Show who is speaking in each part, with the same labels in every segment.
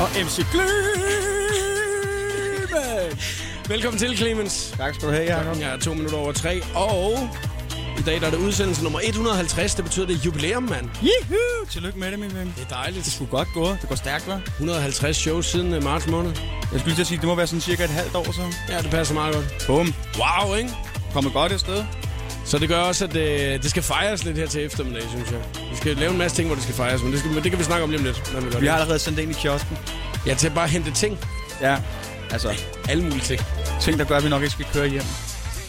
Speaker 1: og MC Clemens. Velkommen til, Clemens.
Speaker 2: Tak skal du have, Jacob.
Speaker 1: Klokken er to minutter over tre, og i dag der er det udsendelse nummer 150. Det betyder, det er jubilæum, mand.
Speaker 2: Juhu! Tillykke med det, min ven.
Speaker 1: Det er dejligt.
Speaker 2: Du er godt gået. Det går stærkt, hva'?
Speaker 1: 150 shows siden øh, marts måned.
Speaker 2: Jeg skulle lige til at sige, det må være sådan cirka et halvt år, så.
Speaker 1: Ja, det passer meget godt.
Speaker 2: Bum.
Speaker 1: Wow, ikke?
Speaker 2: Kommer godt et sted.
Speaker 1: Så det gør også, at øh, det skal fejres lidt her til eftermiddag, synes jeg. Vi skal lave en masse ting, hvor det skal fejres, men det, skal, men det kan vi snakke om lige om lidt. Hvad vi gør
Speaker 2: Vi har allerede sendt det ind i kiosken.
Speaker 1: Ja, til at bare hente ting.
Speaker 2: Ja. Altså,
Speaker 1: Alle mulige ting.
Speaker 2: ting, der gør, at vi nok ikke skal køre hjem.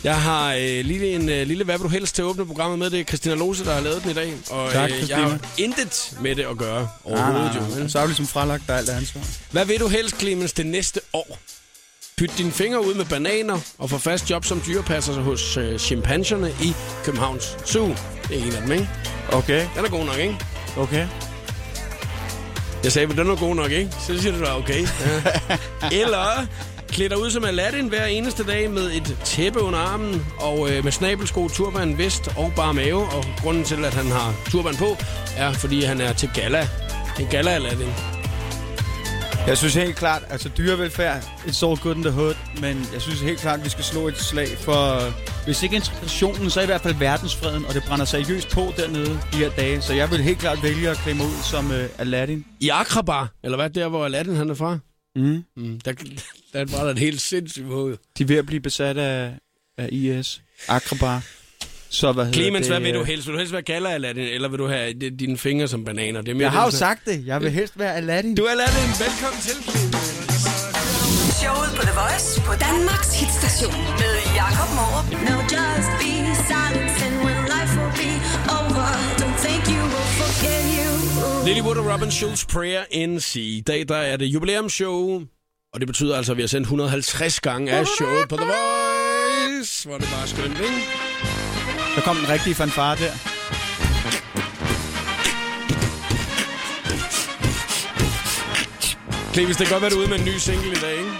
Speaker 1: Jeg har øh, lige en øh, lille hvad vil du helst til at åbne programmet med. Det er Christina Lose, der har lavet den i dag. Og øh,
Speaker 2: Tak,
Speaker 1: jeg
Speaker 2: Christina.
Speaker 1: har intet med det at gøre overhovedet. jo, men-
Speaker 2: Så er du ligesom fralagt dig alt det ansvar.
Speaker 1: Hvad vil du helst, Clemens, det næste år? Pyt dine fingre ud med bananer og få fast job som dyrepasser hos øh, chimpanserne i Københavns Zoo. Det er en af dem, ikke?
Speaker 2: Okay,
Speaker 1: Den er god nok, ikke?
Speaker 2: okay.
Speaker 1: Jeg sagde, men den er god nok, ikke? Så siger du da, okay. Ja. Eller klæd dig ud som Aladdin hver eneste dag med et tæppe under armen, og øh, med snabelsko, turban, vest og bare mave. Og grunden til, at han har turban på, er, fordi han er til gala. En gala Aladdin.
Speaker 2: Jeg synes helt klart, altså dyrevelfærd, it's all good in the hood, men jeg synes helt klart, at vi skal slå et slag for, hvis ikke integrationen, så i hvert fald verdensfreden, og det brænder seriøst på dernede de her dage, så jeg vil helt klart vælge at klemme ud som uh, Aladdin.
Speaker 1: I Akrabar, eller hvad der, hvor Aladdin han er fra?
Speaker 2: Mm.
Speaker 1: Mm, der, der var der et helt sindssygt hoved.
Speaker 2: De er ved at blive besat af, af IS, Akrabar. Så hvad hedder
Speaker 1: Clemens,
Speaker 2: det,
Speaker 1: hvad vil du
Speaker 2: øh,
Speaker 1: helst? Vil du helst være galler Aladdin, eller vil du have d- dine fingre som bananer? Det er mere
Speaker 2: Jeg har jo
Speaker 1: det, sådan-
Speaker 2: sagt det. Jeg vil helst være Aladdin.
Speaker 1: Du er Aladdin. Velkommen til, Clemens.
Speaker 3: Showet på The Voice på Danmarks hitstation med Jakob Morup.
Speaker 4: No, just be silent and when life will be over, don't think you will forget you.
Speaker 1: Lilywood og Robin Schulz Prayer NC. I dag der er det jubilæumsshow, og det betyder altså, at vi har sendt 150 gange af showet på The Voice. Hvor er det bare skønt, ikke?
Speaker 2: Der kom den rigtige fanfare der.
Speaker 1: Clemens, det kan godt være, du er ude med en ny single i dag, ikke?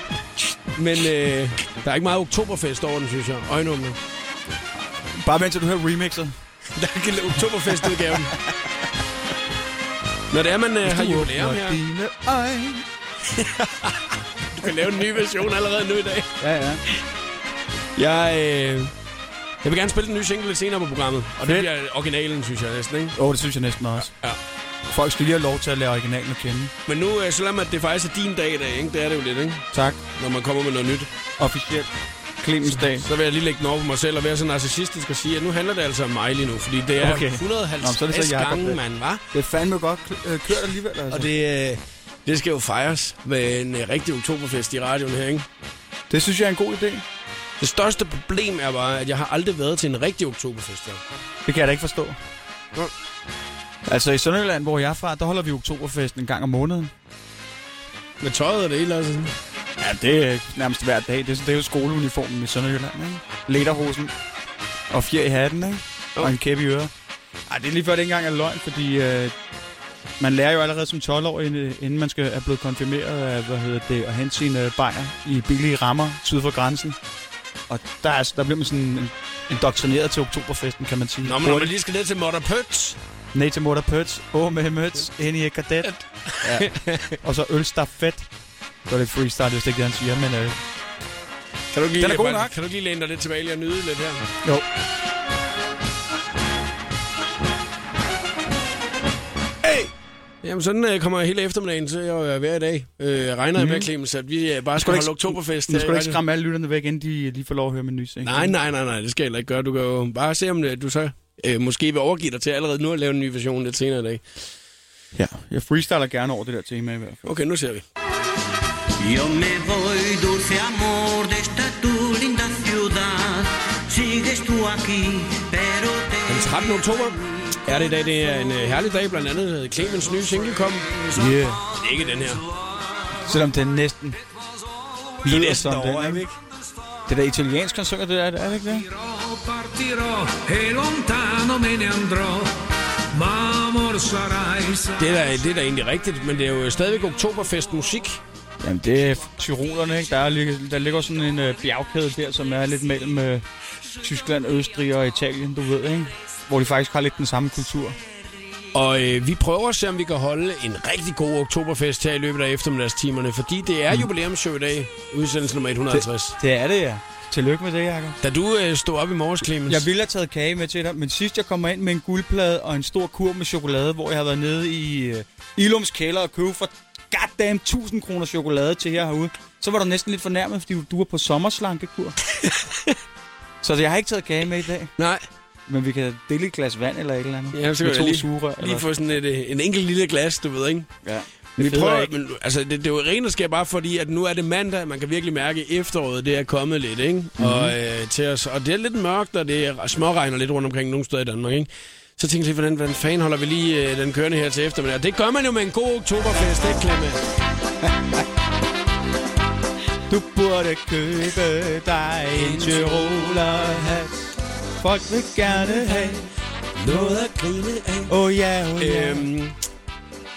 Speaker 1: Men øh, der er ikke meget oktoberfest over den, synes jeg. Øjenummer.
Speaker 2: Bare vent til du hører remixet.
Speaker 1: Der er ikke oktoberfestudgaven. Når det er, man øh, har jubilæum her.
Speaker 2: Dine øjne.
Speaker 1: Du kan lave en ny version allerede nu i dag.
Speaker 2: Ja, ja.
Speaker 1: Jeg, øh, jeg vil gerne spille den nye single lidt senere på programmet. Og det
Speaker 2: Fedt.
Speaker 1: bliver originalen, synes jeg næsten, ikke?
Speaker 2: Åh, oh, det synes jeg næsten også.
Speaker 1: Ja.
Speaker 2: Folk skal lige have lov til at lære originalen at kende.
Speaker 1: Men nu, øh, selvom at det faktisk er din dag i dag, ikke? det er det jo lidt, ikke?
Speaker 2: Tak.
Speaker 1: når man kommer med noget nyt,
Speaker 2: Officielt. Clemens dag.
Speaker 1: så vil jeg lige lægge den over på mig selv og være så narcissistisk og sige, at nu handler det altså om mig lige nu, fordi det er okay.
Speaker 2: Okay.
Speaker 1: 150
Speaker 2: Nå, men så er det så Jacob,
Speaker 1: gange,
Speaker 2: det.
Speaker 1: mand, hva'?
Speaker 2: Det er fandme godt kl- øh, kørt alligevel, altså.
Speaker 1: Og det, øh, det skal jo fejres med en øh, rigtig oktoberfest i radioen her, ikke?
Speaker 2: det synes jeg er en god idé.
Speaker 1: Det største problem er bare, at jeg har aldrig været til en rigtig oktoberfest. Ja.
Speaker 2: Det kan jeg da ikke forstå.
Speaker 1: Nå.
Speaker 2: Altså i Sønderjylland, hvor jeg er fra, der holder vi oktoberfesten en gang om måneden.
Speaker 1: Med tøjet og det hele, altså.
Speaker 2: Ja, det er nærmest hver dag. Det er, det er jo skoleuniformen i Sønderjylland, ikke? Lederhosen. Og fjer i hatten, ikke?
Speaker 1: Jo.
Speaker 2: Og en kæppe i øret. Ej, det er lige før, det ikke engang er løgn, fordi øh, man lærer jo allerede som 12-årig, inden inden man skal er blevet konfirmeret af, hvad hedder det, at hente sine øh, bajer i billige rammer syd for grænsen. Og der, er, altså- der bliver man sådan en, indoktrineret til oktoberfesten, kan man sige.
Speaker 1: Nå, men når man lige skal ned til Motter Pøts,
Speaker 2: Ned til Morter Pøts, Åh med Møts, ind i et kadet. Ja. Og så ølstafet. Det var lidt freestyle, hvis det ikke er det, han siger, men øh,
Speaker 1: kan du ikke lige,
Speaker 2: Den er god
Speaker 1: bare-
Speaker 2: nok.
Speaker 1: Kan du ikke lige læne dig lidt tilbage lige og nyde lidt her?
Speaker 2: jo.
Speaker 1: Jamen, sådan øh, kommer hele eftermiddagen til at være hver i dag. Øh, regner mm. med, Clemens, at vi øh, bare skal
Speaker 2: Mhm. du ikke-
Speaker 1: holde oktoberfest.
Speaker 2: Nu
Speaker 1: her i
Speaker 2: skal du ikke
Speaker 1: radioen.
Speaker 2: skræmme alle lytterne væk, inden de lige får lov at høre min nye single.
Speaker 1: Nej, nej, nej, nej, det skal jeg heller ikke gøre. Du kan jo bare se, om øh, du så øh, måske vil overgive dig til allerede nu at lave en ny version lidt senere i dag.
Speaker 2: Ja, jeg freestyler gerne over det der tema i hvert fald.
Speaker 1: Okay, nu ser vi.
Speaker 5: Yo me voy, dulce amor, de esta tu linda ciudad. Sigues tú aquí, pero te...
Speaker 1: Den 13. oktober er det i dag. Det er en øh, herlig dag, blandt andet øh, Clemens nye single kom.
Speaker 2: Yeah.
Speaker 1: Ikke den her.
Speaker 2: Selvom det er næsten...
Speaker 1: Vi er
Speaker 2: lyder
Speaker 1: næsten
Speaker 2: som den,
Speaker 1: over, er vi
Speaker 2: ikke? Det der italiensk, han synger det der, er det ikke det?
Speaker 6: Partirò e lontano me ne andrå, ma amor sarai sempre.
Speaker 1: Det er, da, det er da egentlig rigtigt, men det er jo stadigvæk oktoberfest musik.
Speaker 2: Jamen, det er Tyrolerne, ikke? Der, er, lige- der ligger sådan en øh, bjergkæde der, som er lidt mellem øh, Tyskland, Østrig og Italien, du ved, ikke? Hvor de faktisk har lidt den samme kultur.
Speaker 1: Og øh, vi prøver at se, om vi kan holde en rigtig god oktoberfest her i løbet af eftermiddagstimerne, fordi det er jubilæumsshow i dag, udsendelse nummer 150. Det.
Speaker 2: Mm. Det er det, ja. Tillykke med det, Jacob.
Speaker 1: Da du øh, stod op i morges, Clemens,
Speaker 2: Jeg ville have taget kage med til dig, men sidst jeg kommer ind med en guldplade og en stor kur med chokolade, hvor jeg har været nede i øh, Ilums kælder og købe for goddamn 1000 kroner chokolade til jer herude, så var du næsten lidt fornærmet, fordi du- du var på sommerslankekur. så jeg har ikke taget kage med i dag,
Speaker 1: Nej,
Speaker 2: men vi kan dele et glas vand eller et eller andet.
Speaker 1: ja, så
Speaker 2: med
Speaker 1: kan
Speaker 2: to
Speaker 1: jeg
Speaker 2: sugerør.
Speaker 1: lige, lige
Speaker 2: eller-
Speaker 1: få sådan et, øh, en enkelt lille glas, du ved, ikke?
Speaker 2: Ja.
Speaker 1: Vi
Speaker 2: Det fede er
Speaker 1: prøver,
Speaker 2: ikke-
Speaker 1: men, altså, det, det er jo rent og skær bare fordi, at nu er det mandag. Man kan virkelig mærke, at efteråret det er kommet lidt ikke? Mm-hmm. Og, øh, til os. Og det er lidt mørkt, og det er småregner lidt rundt omkring nogle steder i Danmark. Ikke? Så tænkte jeg, hvordan, hvordan fanden holder vi lige øh, den kørende her til eftermiddag? Og Det gør man jo med en god oktoberfest, det klemme.
Speaker 2: Du burde købe dig en tyrolerhat. Folk vil gerne have
Speaker 1: Noget at grine af.
Speaker 2: Åh oh, ja, oh, ja. Øhm.
Speaker 1: Øhm,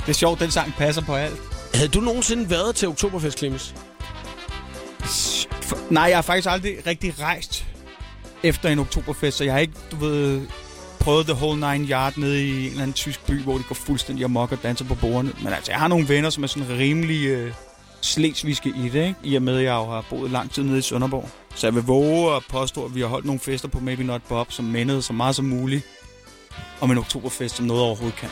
Speaker 2: Det er sjovt, den sang passer på alt.
Speaker 1: havde du nogensinde været til oktoberfest, Clemens?
Speaker 2: For, nej, jeg har faktisk aldrig rigtig rejst efter en oktoberfest, så jeg har ikke, du ved, prøvet the whole nine yard nede i en eller anden tysk by, hvor de går fuldstændig amok og danser på bordene. Men altså, jeg har nogle venner, som er sådan rimelig øh, slesvigske i det, ikke? I og med, at jeg jo har boet lang tid nede i Sønderborg. Så jeg vil våge at påstå, at vi har holdt nogle fester på Maybe Not Bob, som mindede så meget som muligt om en oktoberfest, som noget overhovedet kan.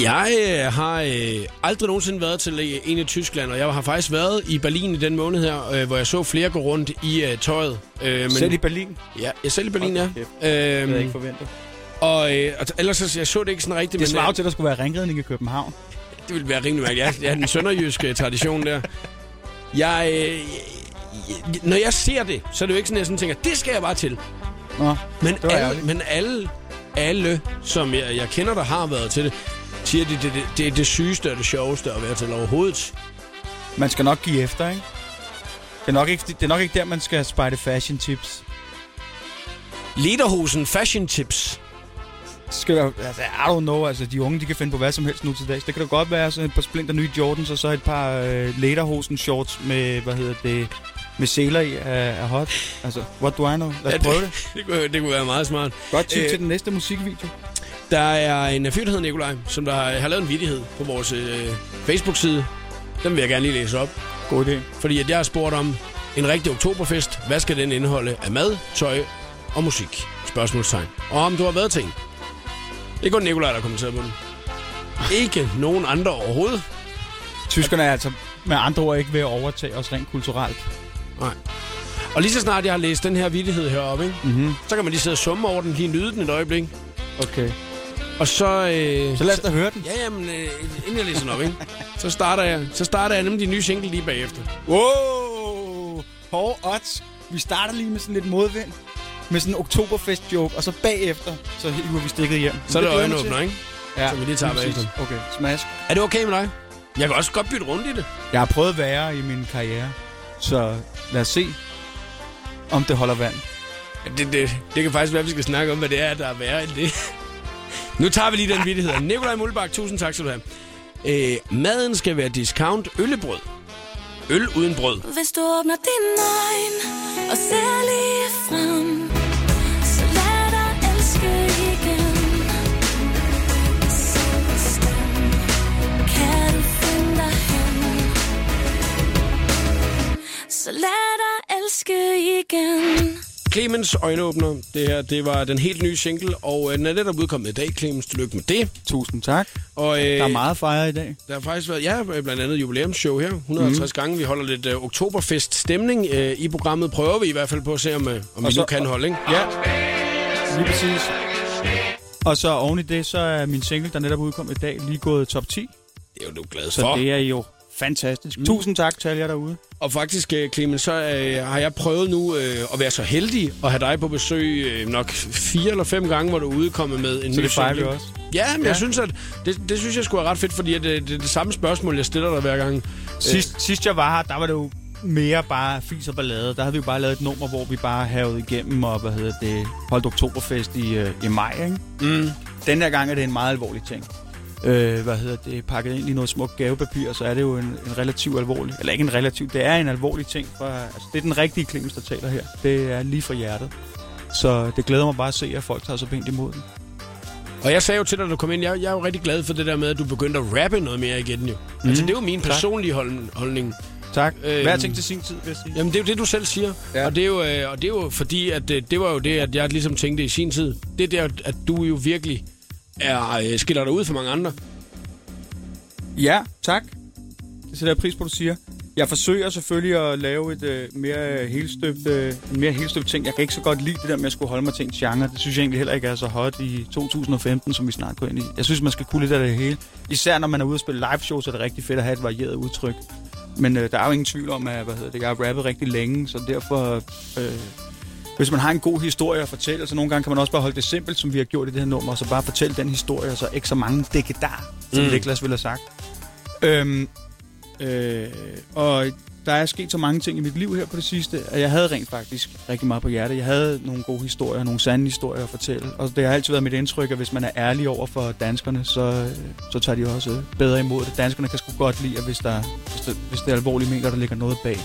Speaker 1: Jeg øh, har øh, aldrig nogensinde været til øh, en i Tyskland, og jeg har faktisk været i Berlin i den måned her, øh, hvor jeg så flere gå rundt i øh, tøjet. Øh, men,
Speaker 2: Men... Selv i Berlin,
Speaker 1: Ja, jeg selv i Berlin, ja.
Speaker 2: Hold kæft, det havde jeg
Speaker 1: Øhm,
Speaker 2: ikke forventet.
Speaker 1: og, øh, og t- ellers så, jeg så det ikke sådan rigtigt,
Speaker 2: Det
Speaker 1: men øh,
Speaker 2: svarer jo til, at der skulle være ringredning i København.
Speaker 1: det ville være rimelig mærkeligt. Jeg, jeg har den sønderjyske tradition der. Jeg, øh, jeg- når jeg ser det, så er det jo ikke sådan, at jeg sådan tænker, det skal jeg bare til.
Speaker 2: Nå,
Speaker 1: Men,
Speaker 2: det var
Speaker 1: alle,
Speaker 2: ærgerligt.
Speaker 1: men alle, alle, som jeg, jeg kender, der har været til det, siger, at det, det, det, det er det sygeste og det sjoveste at være til overhovedet.
Speaker 2: Man skal nok give efter, ikke? Det er nok ikke, det er nok ikke der, man skal spejde fashion tips.
Speaker 1: Lederhosen Fashion Tips.
Speaker 2: Så Skal der, altså, I don't know, altså de unge, de kan finde på hvad som helst nu til dags. Det kan da godt være sådan et par splinter nye Jordans, og så et par øh, lederhosen shorts med, hvad hedder det, med seler i er, er hot. Altså, what do I know? Lad os prøve det.
Speaker 1: det, kunne, det kunne være meget smart.
Speaker 2: Godt tip
Speaker 1: Øh,
Speaker 2: til den næste musikvideo.
Speaker 1: Der er en fyr, der hedder Nikolaj, som der har, har lavet en vidighed på vores øh, Facebook-side. Den vil jeg gerne lige læse op.
Speaker 2: God idé.
Speaker 1: Fordi at jeg har spurgt om en rigtig oktoberfest. Hvad skal den indeholde af mad, tøj og musik? Spørgsmålstegn. Og om du har været til en. Det er kun Nikolaj, der har kommenteret på den. Ikke nogen andre overhovedet.
Speaker 2: Tyskerne er altså med andre ord ikke ved at overtage os rent kulturelt.
Speaker 1: Nej. Og lige så snart jeg har læst den her vidighed heroppe, ikke?
Speaker 2: Mhm.
Speaker 1: Mm-hmm. så kan man lige sidde og summe over den, lige nyde den et øjeblik.
Speaker 2: Okay.
Speaker 1: Og så... Øh,
Speaker 2: Så lad os da høre den.
Speaker 1: Ja, jamen, øh, inden jeg læser den op, ikke? så, starter jeg, så starter jeg nemlig de nye single lige bagefter.
Speaker 2: Wow! Hårde odds. Vi starter lige med sådan lidt modvind. Med sådan en oktoberfest-joke, og så bagefter, så hiver vi stikket hjem.
Speaker 1: Så er det
Speaker 2: glæder jeg mig
Speaker 1: øjenåbner,
Speaker 2: til.
Speaker 1: ikke?
Speaker 2: Ja,
Speaker 1: som vi lige tager
Speaker 2: lige præcis. Okay, smash.
Speaker 1: Er det okay med dig? Jeg kan også godt bytte rundt i det.
Speaker 2: Jeg har prøvet værre i min karriere, så lad os se, om det holder vand.
Speaker 1: Det, det, det kan faktisk være, at vi skal snakke om, hvad det er, der er værre end det. Nu tager vi lige den vittighed. Nikolaj Muldbak, tusind tak skal du have. Øh, maden skal være discount øllebrød. Øl uden brød.
Speaker 4: Hvis du åbner dine øjne og ser lige frem, så lad dig elske igen. Så bestem, kan du finde dig hen? Så lad dig elske igen.
Speaker 1: Clemens Øjenåbner. Det her, det var den helt nye single, og øh, den er netop udkommet i dag. Clemens, tillykke med det.
Speaker 2: Tusind tak.
Speaker 1: Og, øh,
Speaker 2: Der er meget fejre i dag.
Speaker 1: Der har faktisk været, ja, blandt andet jubilæumsshow her, 150
Speaker 2: Mhm.
Speaker 1: mm. gange. Vi holder lidt øh, oktoberfest-stemning øh, i programmet. Prøver vi i hvert fald på at se, om, øh, om vi
Speaker 2: så-
Speaker 1: nu kan holde, ikke?
Speaker 2: Ja, lige præcis. Og så oven i det, så er min single, der netop udkom i dag, lige gået top 10.
Speaker 1: Det er jo du glad
Speaker 2: Så
Speaker 1: for.
Speaker 2: det er jo fantastisk. Mm. Tusind tak til alle jer derude.
Speaker 1: Og faktisk, øh, Clemens, så øh, har jeg prøvet nu øh, at være så heldig at have dig på besøg øh, nok fire eller fem gange, hvor du er udkommet med en
Speaker 2: Så
Speaker 1: ny
Speaker 2: det fejrer vi
Speaker 1: single.
Speaker 2: også.
Speaker 1: Ja, men ja.
Speaker 2: Ja.
Speaker 1: jeg synes, at det, det synes jeg skulle er ret fedt, fordi at, øh, det er det samme spørgsmål, jeg stiller dig hver gang.
Speaker 2: Sidst, øh. sidst jeg var her, der var det jo mere bare fis og ballade. Der havde vi jo bare lavet et nummer, hvor vi bare havede igennem og hvad hedder det, holdt oktoberfest i, øh, i maj. Ikke?
Speaker 1: Mm.
Speaker 2: Den her gang er det en meget alvorlig ting. Øh, hvad hedder det, pakket ind i noget smukt gavepapir, så er det jo en, en relativ alvorlig, eller ikke en relativ, det er en alvorlig ting. For, altså, det er den rigtige Clemens, der taler her. Det er lige fra hjertet. Så det glæder mig bare at se, at folk tager så pænt imod den.
Speaker 1: Og jeg sagde jo til dig, når du kom ind, jeg, jeg er jo rigtig glad for det der med, at du begyndte at rappe noget mere igen jo. Mm.
Speaker 2: Mhm.
Speaker 1: Altså, det er jo min personlige hold, holdning.
Speaker 2: Tak.
Speaker 1: Øhm,
Speaker 2: Hver ting til sin tid, vil jeg sige.
Speaker 1: Jamen, det er jo det, du selv siger. Ja.
Speaker 2: Ja.
Speaker 1: Og, det er jo, øh, og det er jo fordi, at øh, det var jo det, at jeg ligesom tænkte i sin tid. Det der, at du jo virkelig er, øh, skiller dig ud fra mange andre.
Speaker 2: Ja, tak. Det sætter jeg pris på, du siger. Jeg forsøger selvfølgelig at lave et øh, mere øh, helstøbt, øh, en mere helstøbt ting. Jeg kan ikke så godt lide det der med at skulle holde mig til en genre. Det synes jeg egentlig heller ikke er så hot i 2015, som vi snart går ind i. Jeg synes, man skal kunne lidt af det hele. Især når man er ude og spille live shows, er det rigtig fedt at have et varieret udtryk. Men øh, der er jo ingen tvivl om, at hvad hedder det, jeg har rappet rigtig længe, så derfor... Øh, hvis man har en god historie at fortælle, så nogle gange kan man også bare holde det simpelt, som vi har gjort i det her nummer, og så bare fortælle den historie, og så ikke så mange dækkedar, som
Speaker 1: Mm.
Speaker 2: mm. Niklas ville have sagt. Øhm, øh, og der er sket så mange ting i mit liv her på det sidste, at jeg havde rent faktisk rigtig meget på hjertet. Jeg havde nogle gode historier, nogle sande historier at fortælle. Og det har altid været mit indtryk, at hvis man er ærlig over for danskerne, så, øh, så tager de også øh, bedre imod det. Danskerne kan sgu godt lide, at hvis, der, hvis, der, hvis det er alvorlige mængder, der ligger noget bag.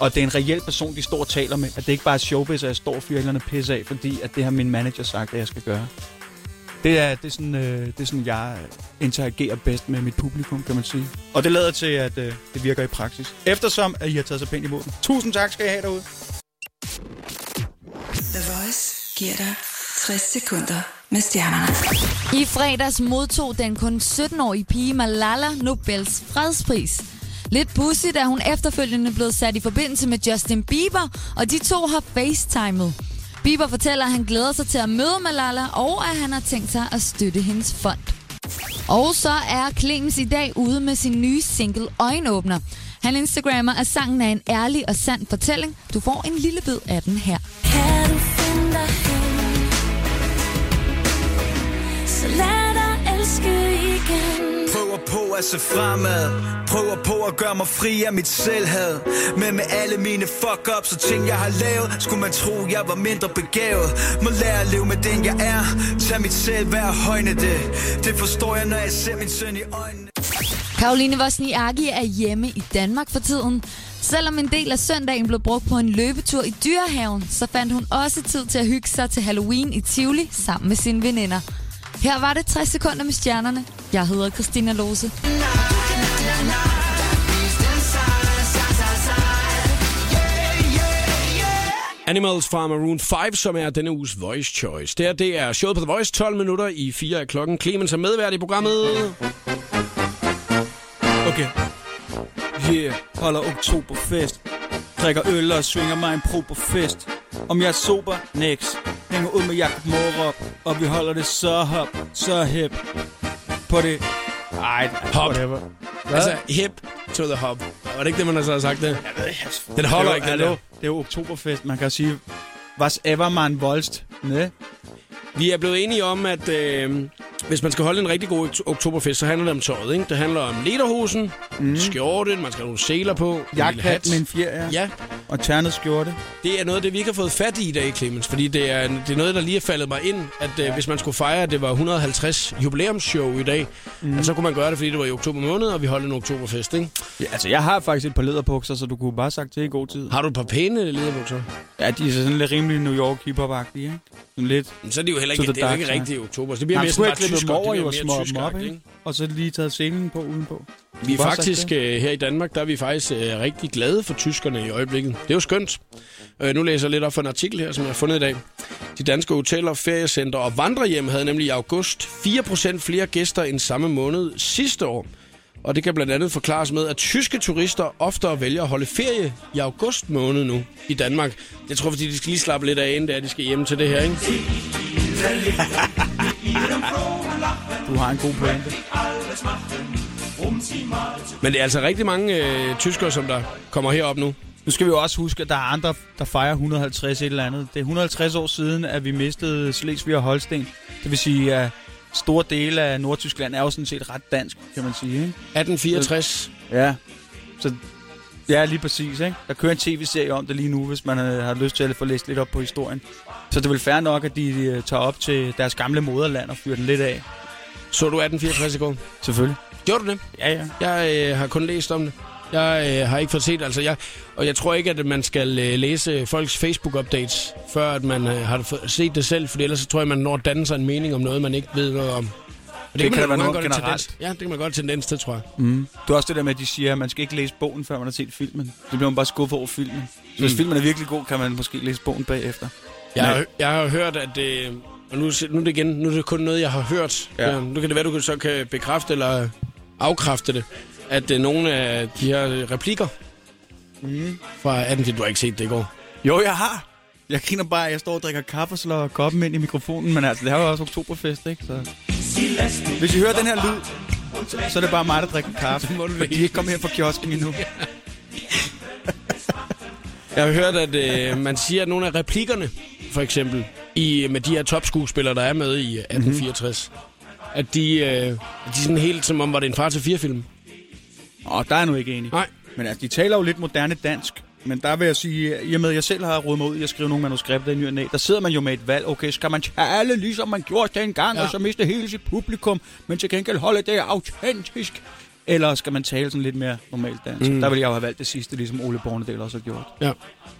Speaker 2: Og det er en reel person, de står og taler med. At det ikke bare er showbiz, at jeg står og fyrer et eller andet pis af, fordi at det har min manager sagt, at jeg skal gøre. Det er, det, er sådan, øh, det er sådan, jeg interagerer bedst med mit publikum, kan man sige. Og det lader til, at øh, det virker i praksis. Eftersom, at I har taget så pænt imod dem. Tusind tak skal I have derude.
Speaker 3: The Voice giver dig 60 sekunder med stjernerne.
Speaker 7: I fredags modtog den kun 17-årige pige Malala Nobels fredspris. Lidt pudsigt er hun efterfølgende blevet sat i forbindelse med Justin Bieber, og de to har facetimet. Bieber fortæller, at han glæder sig til at møde Malala, og at han har tænkt sig at støtte hendes fond. Og så er Clemens i dag ude med sin nye single Øjenåbner. Han instagrammer, at sangen er en ærlig og sand fortælling. Du får en lille bid af den her.
Speaker 4: Kan du finde dig hen? Så lad dig elske igen.
Speaker 8: Prøver på at se fremad Prøver på at gøre mig fri af mit selvhed Men med alle mine fuck-ups og ting jeg har lavet Skulle man tro jeg var mindre begavet Må lære at leve med den jeg er Tag mit selvværd og højne det Det forstår jeg når jeg ser min søn i øjnene
Speaker 7: Karoline Wozniacki er hjemme i Danmark for tiden. Selvom en del af søndagen blev brugt på en løbetur i Dyrehaven, så fandt hun også tid til at hygge sig til Halloween i Tivoli sammen med sine veninder. Her var det 60 sekunder med stjernerne. Jeg hedder Christina Lose.
Speaker 1: Animals fra Maroon 5, som er denne uges Voice Choice. Det, her, det er showet på The Voice, 12 minutter i 4 af klokken. Clemens er medvært i programmet.
Speaker 2: Okay. Yeah, holder oktoberfest. Drikker øl og svinger mig en proper fest. Om jeg er sober, next. Hænger ud med Jakob Morup, og vi holder det så hop, så hip. På det... Ej,
Speaker 1: Hop.
Speaker 2: whatever. Hvad?
Speaker 1: Altså, hip to the hop. Var det ikke det, man altså har sagt det? Den
Speaker 2: Det er
Speaker 1: holder
Speaker 2: jo-
Speaker 1: ikke, den
Speaker 2: hallo,
Speaker 1: der.
Speaker 2: Det er jo oktoberfest, man kan sige. Was ever man volst, ne?
Speaker 1: Vi er blevet enige om, at øh, hvis man skal holde en rigtig god ok- oktoberfest, så handler det om tøjet, ikke? Det handler om lederhosen,
Speaker 2: Mhm.
Speaker 1: mm. skjorten, man skal have nogle seler på, en lille
Speaker 2: Jagthat
Speaker 1: hat.
Speaker 2: med en fjer, ja.
Speaker 1: Ja,
Speaker 2: Og ternet skjorte.
Speaker 1: det er noget af det, vi ikke har fået fat i i dag, Clemens. Fordi det er, det er noget, der lige er faldet mig ind, at øh, hvis man skulle fejre, at det var 150 jubilæumsshow i dag, mm. at så kunne man gøre det, fordi det var i oktober måned, og vi holdt en oktoberfest, ikke?
Speaker 2: Ja, altså, jeg har faktisk et par læderbukser, så du kunne bare sagt til i god tid.
Speaker 1: Har du et par pæne lederbukser?
Speaker 2: Ja, de er sådan lidt rimelig New York hiphop ikke? Sådan lidt.
Speaker 1: Men så er det jo heller
Speaker 2: To the
Speaker 1: ikke, det er jo
Speaker 2: dark
Speaker 1: ikke
Speaker 2: side.
Speaker 1: rigtigt i oktober. Så det bliver
Speaker 2: Nej,
Speaker 1: mere
Speaker 2: men skulle
Speaker 1: sådan bare
Speaker 2: jeg klippe
Speaker 1: tysker.
Speaker 2: dem over,
Speaker 1: Det
Speaker 2: jo, og
Speaker 1: bliver mere
Speaker 2: små dem op,
Speaker 1: tyskagt, ikke?
Speaker 2: ikke? Og så lige taget selen på udenpå.
Speaker 1: Vi er
Speaker 2: Bare sagt
Speaker 1: faktisk øh, her i Danmark, der er vi faktisk øh, rigtig glade for tyskerne i øjeblikket. Det er jo skønt. Øh, nu læser jeg lidt op fra en artikel her, som jeg har fundet i dag. De danske hoteller, feriecenter og vandrehjem havde nemlig i august 4% flere gæster end samme måned sidste år. Og det kan blandt andet forklares med, at tyske turister oftere vælger at holde ferie i august måned nu i Danmark. Jeg tror, fordi de skal lige slappe lidt af, inden det er, de skal hjem til det her, ikke?
Speaker 2: Du har en god pointe.
Speaker 1: Men det er altså rigtig mange øh, tyskere, som der kommer herop nu.
Speaker 2: Nu skal vi jo også huske, at der er andre, der fejrer 150 et eller andet. Det er 150 år siden, at vi mistede Slesvig og Holsten. Det vil sige, at store dele af Nordtyskland er jo sådan set ret dansk, kan man sige, ikke?
Speaker 1: 1864.
Speaker 2: Ja. Så ja, lige præcis, ikke? Der kører en tv-serie om det lige nu, hvis man øh, har lyst til at få læst lidt op på historien. Så det er vel fair nok, at de øh, tager op til deres gamle moderland og fyrer den lidt af.
Speaker 1: Så du 1864 i går?
Speaker 2: Selvfølgelig.
Speaker 1: Gjorde du det?
Speaker 2: Ja, ja.
Speaker 1: Jeg øh, har kun læst om det. Jeg øh, har ikke fået set, altså jeg, og jeg tror ikke, at man skal øh, læse folks Facebook-updates, før at man øh, har fået- set det selv, for ellers så tror jeg, man når at danne sig en mening om noget, man ikke ved noget om. Og det,
Speaker 2: kan
Speaker 1: man
Speaker 2: der være
Speaker 1: nogle
Speaker 2: noget
Speaker 1: gange godt have
Speaker 2: generelt.
Speaker 1: Tendens, ja, det kan man godt have tendens til, tror jeg.
Speaker 2: Du er også Mm. det der med, at de siger, at man skal ikke læse bogen, før man har set filmen. Så bliver man bare skuffet over filmen. Så hvis
Speaker 1: Mm.
Speaker 2: filmen er virkelig god, kan man måske læse bogen bagefter.
Speaker 1: Jeg,
Speaker 2: Nej.
Speaker 1: har, jeg har hørt, at det... Og nu, nu, er det igen, nu er det kun noget, jeg har hørt.
Speaker 2: Ja.
Speaker 1: Ja. Ja, nu kan det være, du så kan bekræfte eller afkræfte det. At øh, nogle af de her replikker mm. fra 18... Du har ikke set det i går.
Speaker 2: Jo, jeg har. Jeg griner bare, at jeg står og drikker kaffe og slår koppen ind i mikrofonen, men altså, det har jo også oktoberfest, ikke? Så... Hvis I hører den her lyd, så, så er det bare mig, der drikker kaffe.
Speaker 1: Det må du
Speaker 2: Fordi
Speaker 1: ikke.
Speaker 2: de er ikke kommet her fra kiosken endnu.
Speaker 1: Jeg har hørt, at øh, man siger, at nogle af replikkerne, for eksempel, i, med de her topskuespillere, der er med i
Speaker 2: Mhm.
Speaker 1: 1864, mm-hmm. at de, øh, at de er sådan helt som om, var det en far til fire film.
Speaker 2: Og der er jeg nu ikke enig.
Speaker 1: Nej.
Speaker 2: Men altså, de taler jo lidt moderne dansk. Men der vil jeg sige, i og med at jeg selv har rodet mig ud i at skrive nogle manuskripter i ny og næ, der sidder man jo med et valg. Okay, skal man tale, ligesom man gjorde dengang, ja.
Speaker 1: Ja.
Speaker 2: og så miste hele sit publikum, men til gengæld holde det autentisk? Eller skal man tale sådan lidt mere normalt dansk? Mm. Der vil jeg jo have valgt det sidste, ligesom Ole Bornedal også har gjort.
Speaker 1: Ja.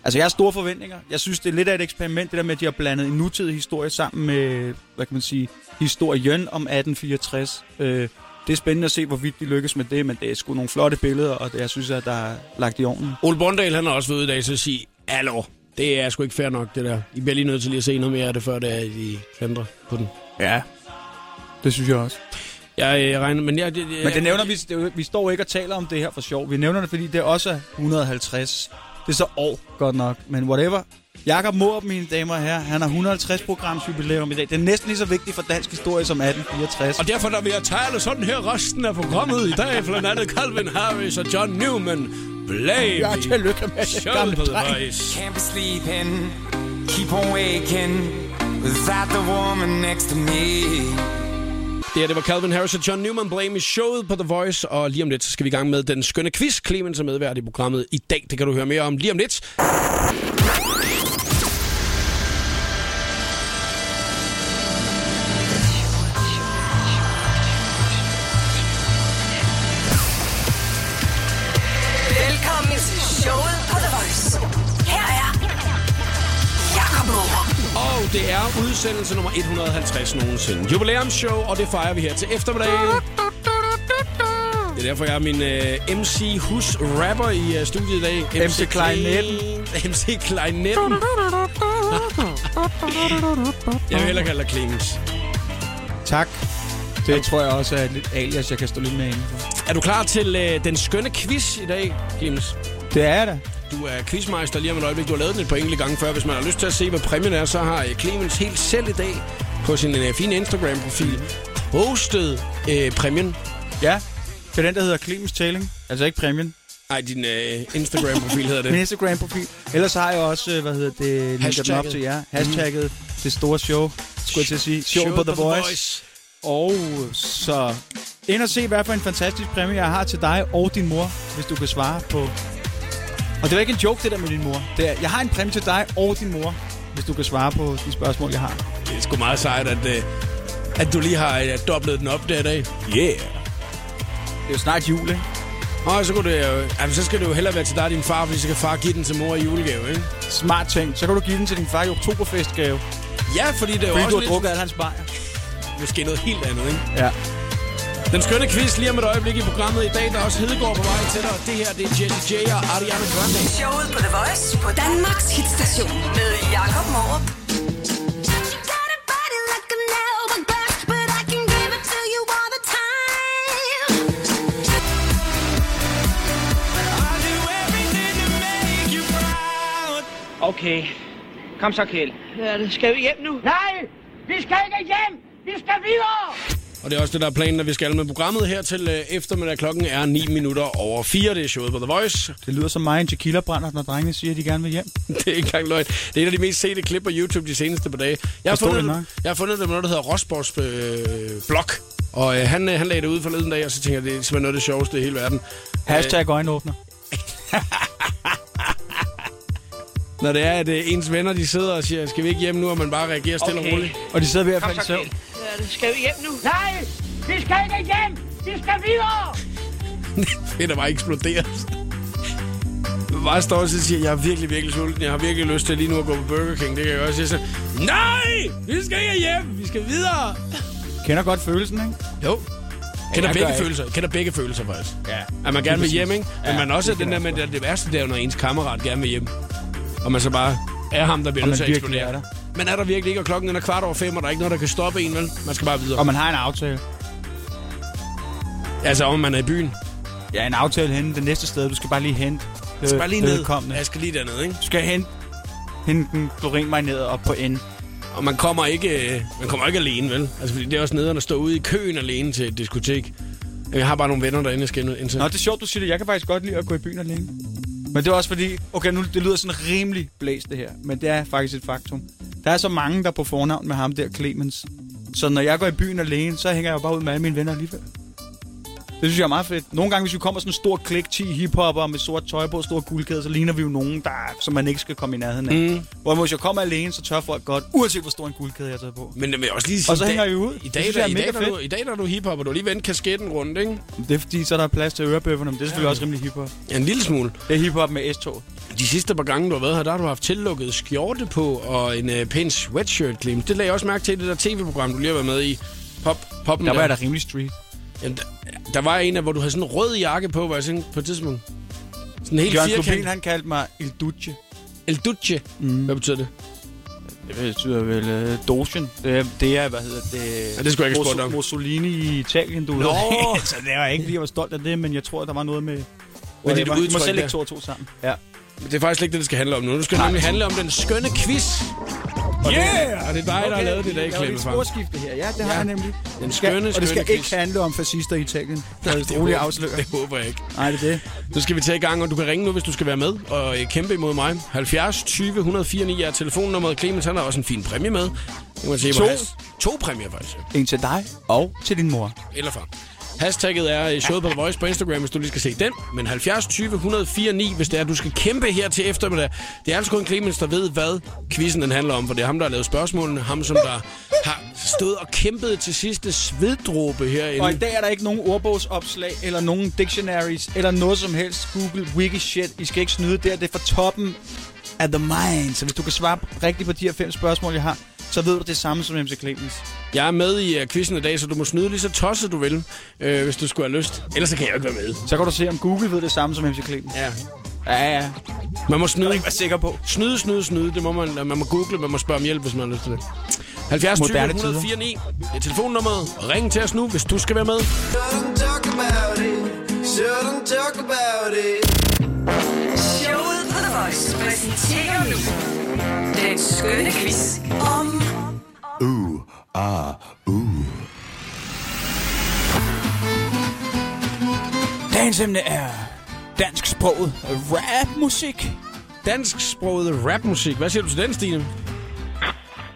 Speaker 2: Altså, jeg har store forventninger. Jeg synes, det er lidt af et eksperiment, det der med, at de har blandet en nutidig historie sammen med, hvad kan man sige, historien om 1864. Øh, det er spændende at se, hvorvidt de lykkes med det, men det er sgu nogle flotte billeder, og det, jeg synes, at der er lagt i ovnen.
Speaker 1: Ole Bondal, han har også været ude i dag til at sige, Allo, det er sgu ikke fair nok, det der. I bliver lige nødt til lige at se noget mere af det, før det er, at I klandrer på den.
Speaker 2: Ja, det synes jeg også.
Speaker 1: Jeg øh, regner, men jeg... jeg
Speaker 2: Men det nævner vi, det, vi står ikke og taler om det her for sjov. Vi nævner det, fordi det også er 150. Det er så år, godt nok, men whatever. Jakob Morup, mine damer og herrer, han har 150 programs jubilæum i dag. Det er næsten lige så vigtigt for dansk historie som 1864.
Speaker 1: Og derfor, der vil jeg tale sådan her resten af programmet i dag, blandt andet Calvin Harris og John Newman. Blame
Speaker 2: Ja, tillykke med det, gamle dreng.
Speaker 1: Voice.
Speaker 9: Can't be sleeping, keep on waking without the woman next to me.
Speaker 1: Det her, det var Calvin Harris og John Newman Blame i showet på The Voice. Og lige om lidt, så skal vi i gang med den skønne quiz. Clemens er medvært i programmet i dag. Det kan du høre mere om lige om lidt.
Speaker 3: Velkommen til showet på The Voice. Her er Jakob Morup.
Speaker 1: Og det er udsendelse nummer 150 nogensinde. Jubilæumsshow, og det fejrer vi her til eftermiddag. Det er derfor, jeg er min uh, MC Hus Rapper i uh, studiet i dag.
Speaker 2: MC Kleinetten.
Speaker 1: Cle- MC Kleinetten. jeg vil hellere kalde dig Clemens.
Speaker 2: Tak. Det tror jeg også er et lidt alias, jeg kan stå lidt med indenfor.
Speaker 1: Er du klar til uh, den skønne quiz i dag, Clemens?
Speaker 2: Det er jeg da.
Speaker 1: Du er quizmeister lige om et øjeblik. Du har lavet den et par enkelte gange før. Hvis man har lyst til at se, hvad præmien er, så har øh, Clemens helt selv i dag på sin øh, fine Instagram-profil postet øh, præmien.
Speaker 2: Ja. Det er den, der hedder Clemens Tæling. Altså ikke præmien.
Speaker 1: Nej, din øh, Instagram-profil hedder
Speaker 2: Min
Speaker 1: det.
Speaker 2: Instagram-profil. Ellers har jeg også, øh, hvad hedder det, linket den op
Speaker 1: Hashtagget.
Speaker 2: til jer. Hashtagget mm. det store show, skulle jeg til at sige. Show, på The Voice. Og så ind og se, hvad for en fantastisk præmie jeg har til dig og din mor, hvis du kan svare på... Og det var ikke en joke, det der med din mor. Det er, jeg har en præmie til dig og din mor, hvis du kan svare på de spørgsmål, jeg har.
Speaker 1: Det er sgu meget sejt, at, øh, at du lige har øh, dobblet den op der i dag. Yeah.
Speaker 2: Det er jo snart jul, ikke?
Speaker 1: Og så, kunne det, øh, altså, så skal det jo hellere være til dig og din far, fordi så kan far give den til mor i julegave, ikke?
Speaker 2: Smart ting. Så kan du give den til din far i oktoberfestgave.
Speaker 1: Ja, fordi det er jo
Speaker 2: Fordi du
Speaker 1: også
Speaker 2: har drukket alle hans bajer.
Speaker 1: måske noget helt andet, ikke?
Speaker 2: Ja.
Speaker 1: Den skønne quiz lige om et øjeblik i programmet i dag, der er også Hedegaard på vej til dig. Det her, det er Jessie J og Ariana Grande.
Speaker 3: Showet på The Voice på Danmarks hitstation med Jakob Morup.
Speaker 10: Okay. Kom så, Kjeld. Hvad er det? Skal vi hjem nu? Nej! Vi skal ikke hjem! Vi skal videre!
Speaker 1: Og det er også det, der er planen, at vi skal med programmet her til øh, eftermiddag. Klokken er 9 minutter over 4. Det er showet på The Voice.
Speaker 2: Det lyder som mig en tequila-brænder, når drengene siger, at de gerne vil hjem.
Speaker 1: Det er ikke engang løgn. Det er et af de mest sete klip på YouTube de seneste par dage. Jeg har,
Speaker 2: Forståeligt
Speaker 1: fundet,
Speaker 2: nok.
Speaker 1: jeg har fundet det med noget, der hedder Rosborgs øh, blog. Og øh, han, øh, han lagde det ud forleden dag, og så tænker jeg, det er simpelthen noget af det sjoveste i hele verden.
Speaker 2: Hashtag øjenåbner.
Speaker 1: Når det er, at øh, ens venner de sidder og siger, skal vi ikke hjem nu, og man bare reagerer stille okay. og roligt.
Speaker 2: Og de sidder ved at
Speaker 10: Kom
Speaker 2: falde i
Speaker 10: så,
Speaker 2: søvn.
Speaker 10: Kjeld. Hvad er det? Skal vi hjem nu? Nej! Vi skal ikke hjem! Vi skal videre!
Speaker 1: det der bare eksploderer. bare står og siger, jeg er virkelig, virkelig sulten. Jeg har virkelig lyst til lige nu at gå på Burger King. Det kan jeg også sige så. Nej! Vi skal ikke hjem! Vi skal videre!
Speaker 2: Kender godt følelsen, ikke?
Speaker 1: Jo. Kender
Speaker 2: jeg gør
Speaker 1: begge
Speaker 2: ikke.
Speaker 1: følelser. Kender begge følelser, faktisk.
Speaker 2: Ja.
Speaker 1: At man gerne vil hjem, ikke? Men
Speaker 2: Ja,
Speaker 1: man også er
Speaker 2: det
Speaker 1: den der med, at det værste, det er, jo, når ens kammerat gerne vil hjem. Og man så bare er ham, der bliver
Speaker 2: Og
Speaker 1: nødt
Speaker 2: man
Speaker 1: til at
Speaker 2: virkelig
Speaker 1: eksplodere.
Speaker 2: er der.
Speaker 1: Men er der virkelig ikke, og klokken den er kvart over fem, og der er ikke noget, der kan stoppe en, vel? Man skal bare videre.
Speaker 2: Og man har en aftale.
Speaker 1: Altså, om man er i byen.
Speaker 2: Ja, en aftale henne. Det næste sted, du skal bare lige hente.
Speaker 1: Jeg skal bare lige ned.
Speaker 2: Kommende.
Speaker 1: Ja, Jeg skal lige derned, ikke?
Speaker 2: Du skal hente, hente den klorinmarineret op på enden.
Speaker 1: Og man kommer ikke, øh, man kommer ikke alene, vel? Altså, fordi det er også nederen at stå ude i køen alene til et diskotek. Jeg har bare nogle venner derinde, jeg skal ind- ind til.
Speaker 2: Nå, det er sjovt, du siger det. Jeg kan faktisk godt lide at gå i byen alene. Men det er også fordi, okay, nu det lyder sådan rimelig blæst det her, men det er faktisk et faktum. Der er så mange, der er på fornavn med ham der, Clemens. Så når jeg går i byen alene, så hænger jeg jo bare ud med alle mine venner alligevel. Det synes jeg er meget fedt. Nogle gange, hvis vi kommer sådan en stor klik, 10 hiphopper med sort tøj på og store guldkæder, så ligner vi jo nogen, der, som man ikke skal komme i nærheden af.
Speaker 1: Mm.
Speaker 2: Hvor hvis jeg kommer alene, så tør folk godt, uanset hvor stor en guldkæde jeg har taget på.
Speaker 1: Men jeg vil også lige sige,
Speaker 2: Og så
Speaker 1: i dag-
Speaker 2: hænger I ud.
Speaker 1: I
Speaker 2: Det
Speaker 1: dag,
Speaker 2: synes
Speaker 1: der,
Speaker 2: jeg er
Speaker 1: i, dag,
Speaker 2: mega
Speaker 1: der, du,
Speaker 2: fedt.
Speaker 1: I dag der er du hiphop, og du har lige vendt kasketten rundt, ikke?
Speaker 2: Det er fordi, så er der plads til ørebøfferne, men det er selvfølgelig ja. også rimelig hiphop.
Speaker 1: Ja, en lille smule.
Speaker 2: Det er hiphop med S-tog.
Speaker 1: De sidste par gange, du har været her, der har du haft tillukket skjorte på og en øh, pæn sweatshirt, Clem. Det lagde jeg også mærke til i det der tv-program, du lige har været med i. Pop, poppen
Speaker 2: Der var jeg da rimelig street.
Speaker 1: Jamen, der, der var en af, hvor du havde sådan en rød jakke på, var jeg sådan på et tidspunkt. Sådan helt
Speaker 2: Jørgen Klubin,
Speaker 1: firkantet.
Speaker 2: han kaldte mig Il Duce.
Speaker 1: El Duce.
Speaker 2: Mm.
Speaker 1: Hvad betyder det?
Speaker 2: Det betyder vel uh, Dogen. Det er, det er, hvad hedder det?
Speaker 1: Ja, det skulle jeg ikke have spurgt
Speaker 2: Musso-
Speaker 1: om.
Speaker 2: Mussolini i Italien, du
Speaker 1: Nå!
Speaker 2: ved. så det var ikke fordi, jeg var stolt af det, men jeg tror, der var noget med...
Speaker 1: dit
Speaker 2: det var,
Speaker 1: udtryk
Speaker 2: må selv
Speaker 1: der.
Speaker 2: lægge to og to sammen. Ja.
Speaker 1: Men Det er faktisk ikke det, det skal handle om nu. Nu skal det nemlig handle om den skønne quiz. Yeah! Og det er dig, der har lavet det i dag,
Speaker 2: Jeg
Speaker 1: Clem.
Speaker 2: et sporskifte her. Ja, det har
Speaker 1: Ja.
Speaker 2: jeg nemlig.
Speaker 1: Den
Speaker 2: Skal,
Speaker 1: skønne,
Speaker 2: og det skal
Speaker 1: skønne quiz.
Speaker 2: ikke handle om fascister i Italien. Det er et
Speaker 1: det
Speaker 2: roligt
Speaker 1: håber-
Speaker 2: afslører.
Speaker 1: Det håber jeg ikke.
Speaker 2: Nej, det er det.
Speaker 1: Nu skal vi tage i gang, og du kan ringe nu, hvis du skal være med og øh, kæmpe imod mig. 70 20 104 9 er telefonnummeret. Clemens, han har også en fin præmie med. Det kan man se på
Speaker 2: To.
Speaker 1: hans- To præmier, faktisk.
Speaker 2: En til dig og til din mor.
Speaker 1: Eller far. Hashtagget er øh, showet på The Voice på Instagram, hvis du lige skal se den. Men 70 20 104 9, hvis det er, du skal kæmpe her til eftermiddag. Det er altså kun Clemens, der ved, hvad quizzen den handler om. For det er ham, der har lavet spørgsmålene. Ham, som der har stået og kæmpet til sidste sveddråbe herinde.
Speaker 2: Og i dag er der ikke nogen ordbogsopslag, eller nogen dictionaries, eller noget som helst Google Wiki shit. I skal ikke snyde der. Det er fra toppen af the mind. Så hvis du kan svare rigtigt på de her fem spørgsmål, jeg har, så ved du det samme som MC Clemens.
Speaker 1: Jeg er med i uh, quizzen i dag, så du må snyde lige så tosset du vil, øh, hvis du skulle have lyst. Ellers så kan jeg jo ikke være med.
Speaker 2: Så kan du se, om Google ved det samme som MC Clemens.
Speaker 1: Ja.
Speaker 2: Ja, ja.
Speaker 1: Man må snyde.
Speaker 2: Vær sikker på.
Speaker 1: Snyde, snyde, snyde. Det må man, man må google, man må spørge om hjælp, hvis man har lyst til det. 70 20
Speaker 2: Moderne
Speaker 1: 104 9. Det er telefonnummeret. Ring til os nu, hvis du skal være med.
Speaker 11: Shouldn't talk about it. Shouldn't talk about it.
Speaker 3: Showet på The Voice præsenterer nu den skønne quiz om
Speaker 11: Ooh, ah, ooh.
Speaker 2: Dagens emne er dansksproget rapmusik.
Speaker 1: Dansksproget rapmusik. Hvad siger du til den, Stine?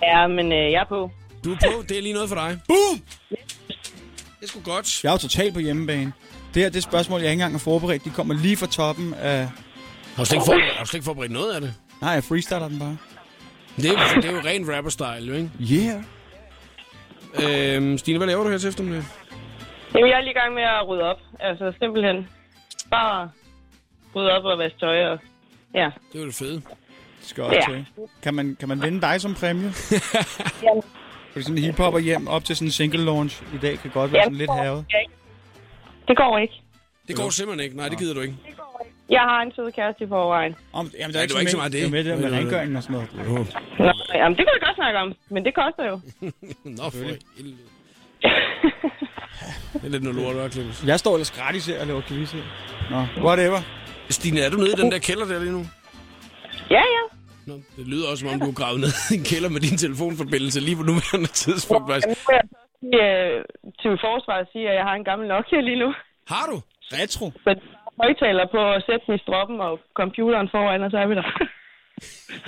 Speaker 12: Ja, men øh, jeg er på.
Speaker 1: Du er på. Det er lige noget for dig. Boom! Det skulle godt.
Speaker 2: Jeg er jo totalt på hjemmebane. Det her det er spørgsmål, jeg ikke engang har forberedt. De kommer lige fra toppen af...
Speaker 1: Har du slet ikke forberedt, har du slet ikke forberedt noget af det?
Speaker 2: Nej, jeg freestyler den bare.
Speaker 1: Det er, det er jo ren rapper-style, jo, ikke?
Speaker 2: Yeah.
Speaker 1: Øhm, Stine, hvad laver du her til eftermiddag?
Speaker 12: Jamen, jeg er lige i gang med at rydde op. Altså, simpelthen. Bare rydde op og vaske tøj og... Ja.
Speaker 1: Det var det fede.
Speaker 2: Skal også
Speaker 12: Ja.
Speaker 2: til. Kan man, kan man vinde dig som præmie? Fordi sådan en hiphopper hjem op til sådan en single launch i dag kan godt være sådan lidt havet.
Speaker 12: Det går ikke.
Speaker 1: Det går simpelthen ikke. Nej, det gider du ikke.
Speaker 12: Jeg har en sød kæreste i forvejen.
Speaker 2: Om, jamen,
Speaker 1: Ja, det var ikke så meget det.
Speaker 2: er med det
Speaker 1: Det
Speaker 2: med
Speaker 1: var-
Speaker 2: rengøringen og sådan noget.
Speaker 12: Nå, jamen, det kan vi godt snakke om, men det koster jo.
Speaker 1: Nå, for helvede. Det er lidt noget lort, hva', Clemens?
Speaker 2: Jeg står ellers gratis her og laver quiz her. Nå, whatever.
Speaker 1: Stine, er du nede i den der kælder der lige nu?
Speaker 12: Ja, ja.
Speaker 1: Nå, det lyder også, som om du er gravet ned i en kælder med din telefonforbindelse lige på nuværende tidspunkt.
Speaker 12: Jamen,
Speaker 1: faktisk.
Speaker 12: nu vil jeg så sige, øh, til forsvaret sige, at jeg har en gammel Nokia lige nu.
Speaker 1: Har du?
Speaker 2: Retro.
Speaker 12: Så jeg har højtaler på at sætte den i stroppen og computeren foran, og så er vi der.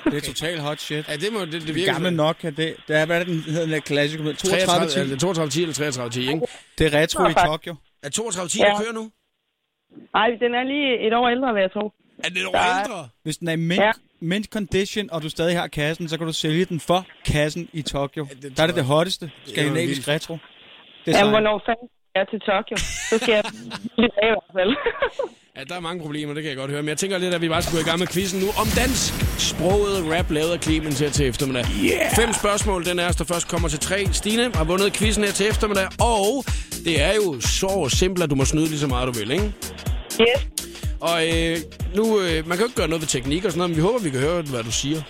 Speaker 2: Det er total hot shit.
Speaker 1: Ja, det må det, det
Speaker 2: Det
Speaker 1: virker.
Speaker 2: gamle Nokia, det, det er, hvad er det, den hedder, den der klassiker? 32
Speaker 1: 32
Speaker 2: 10.
Speaker 1: eller 32 10 eller 32 10, ikke?
Speaker 2: Det er retro i Tokyo.
Speaker 1: Er 32 10,
Speaker 12: Ja.
Speaker 1: der kører nu?
Speaker 12: Nej, den er lige et år ældre, vil jeg tro.
Speaker 1: Er det over
Speaker 12: Nej.
Speaker 1: ældre?
Speaker 2: Hvis den er i mint,
Speaker 12: Ja.
Speaker 2: mint condition, og du stadig har kassen, så kan du sælge den for kassen i Tokyo.
Speaker 1: det tror
Speaker 2: Der er det
Speaker 1: jeg.
Speaker 2: det hotteste
Speaker 1: vildt.
Speaker 2: skandinavisk retro. Det er
Speaker 12: Jamen,
Speaker 2: sejt.
Speaker 12: hvornår fanden skal jeg til Tokyo? Så skal jeg i dag i hvert fald.
Speaker 1: Ja, der er mange problemer, det kan jeg godt høre. Men jeg tænker lidt, at vi bare skal gå i gang med quizzen nu om dansk sproget rap lavet af Clemens her til eftermiddag.
Speaker 13: Yeah!
Speaker 1: Fem spørgsmål, den er os, der først kommer til tre. Stine har vundet quizzen her til eftermiddag, og det er jo så simpelt, at du må snyde lige så meget, du vil, ikke?
Speaker 12: Yes.
Speaker 1: Og øh, nu, øh, man kan jo ikke gøre noget ved teknik og sådan noget, men vi håber, vi kan høre, hvad du siger.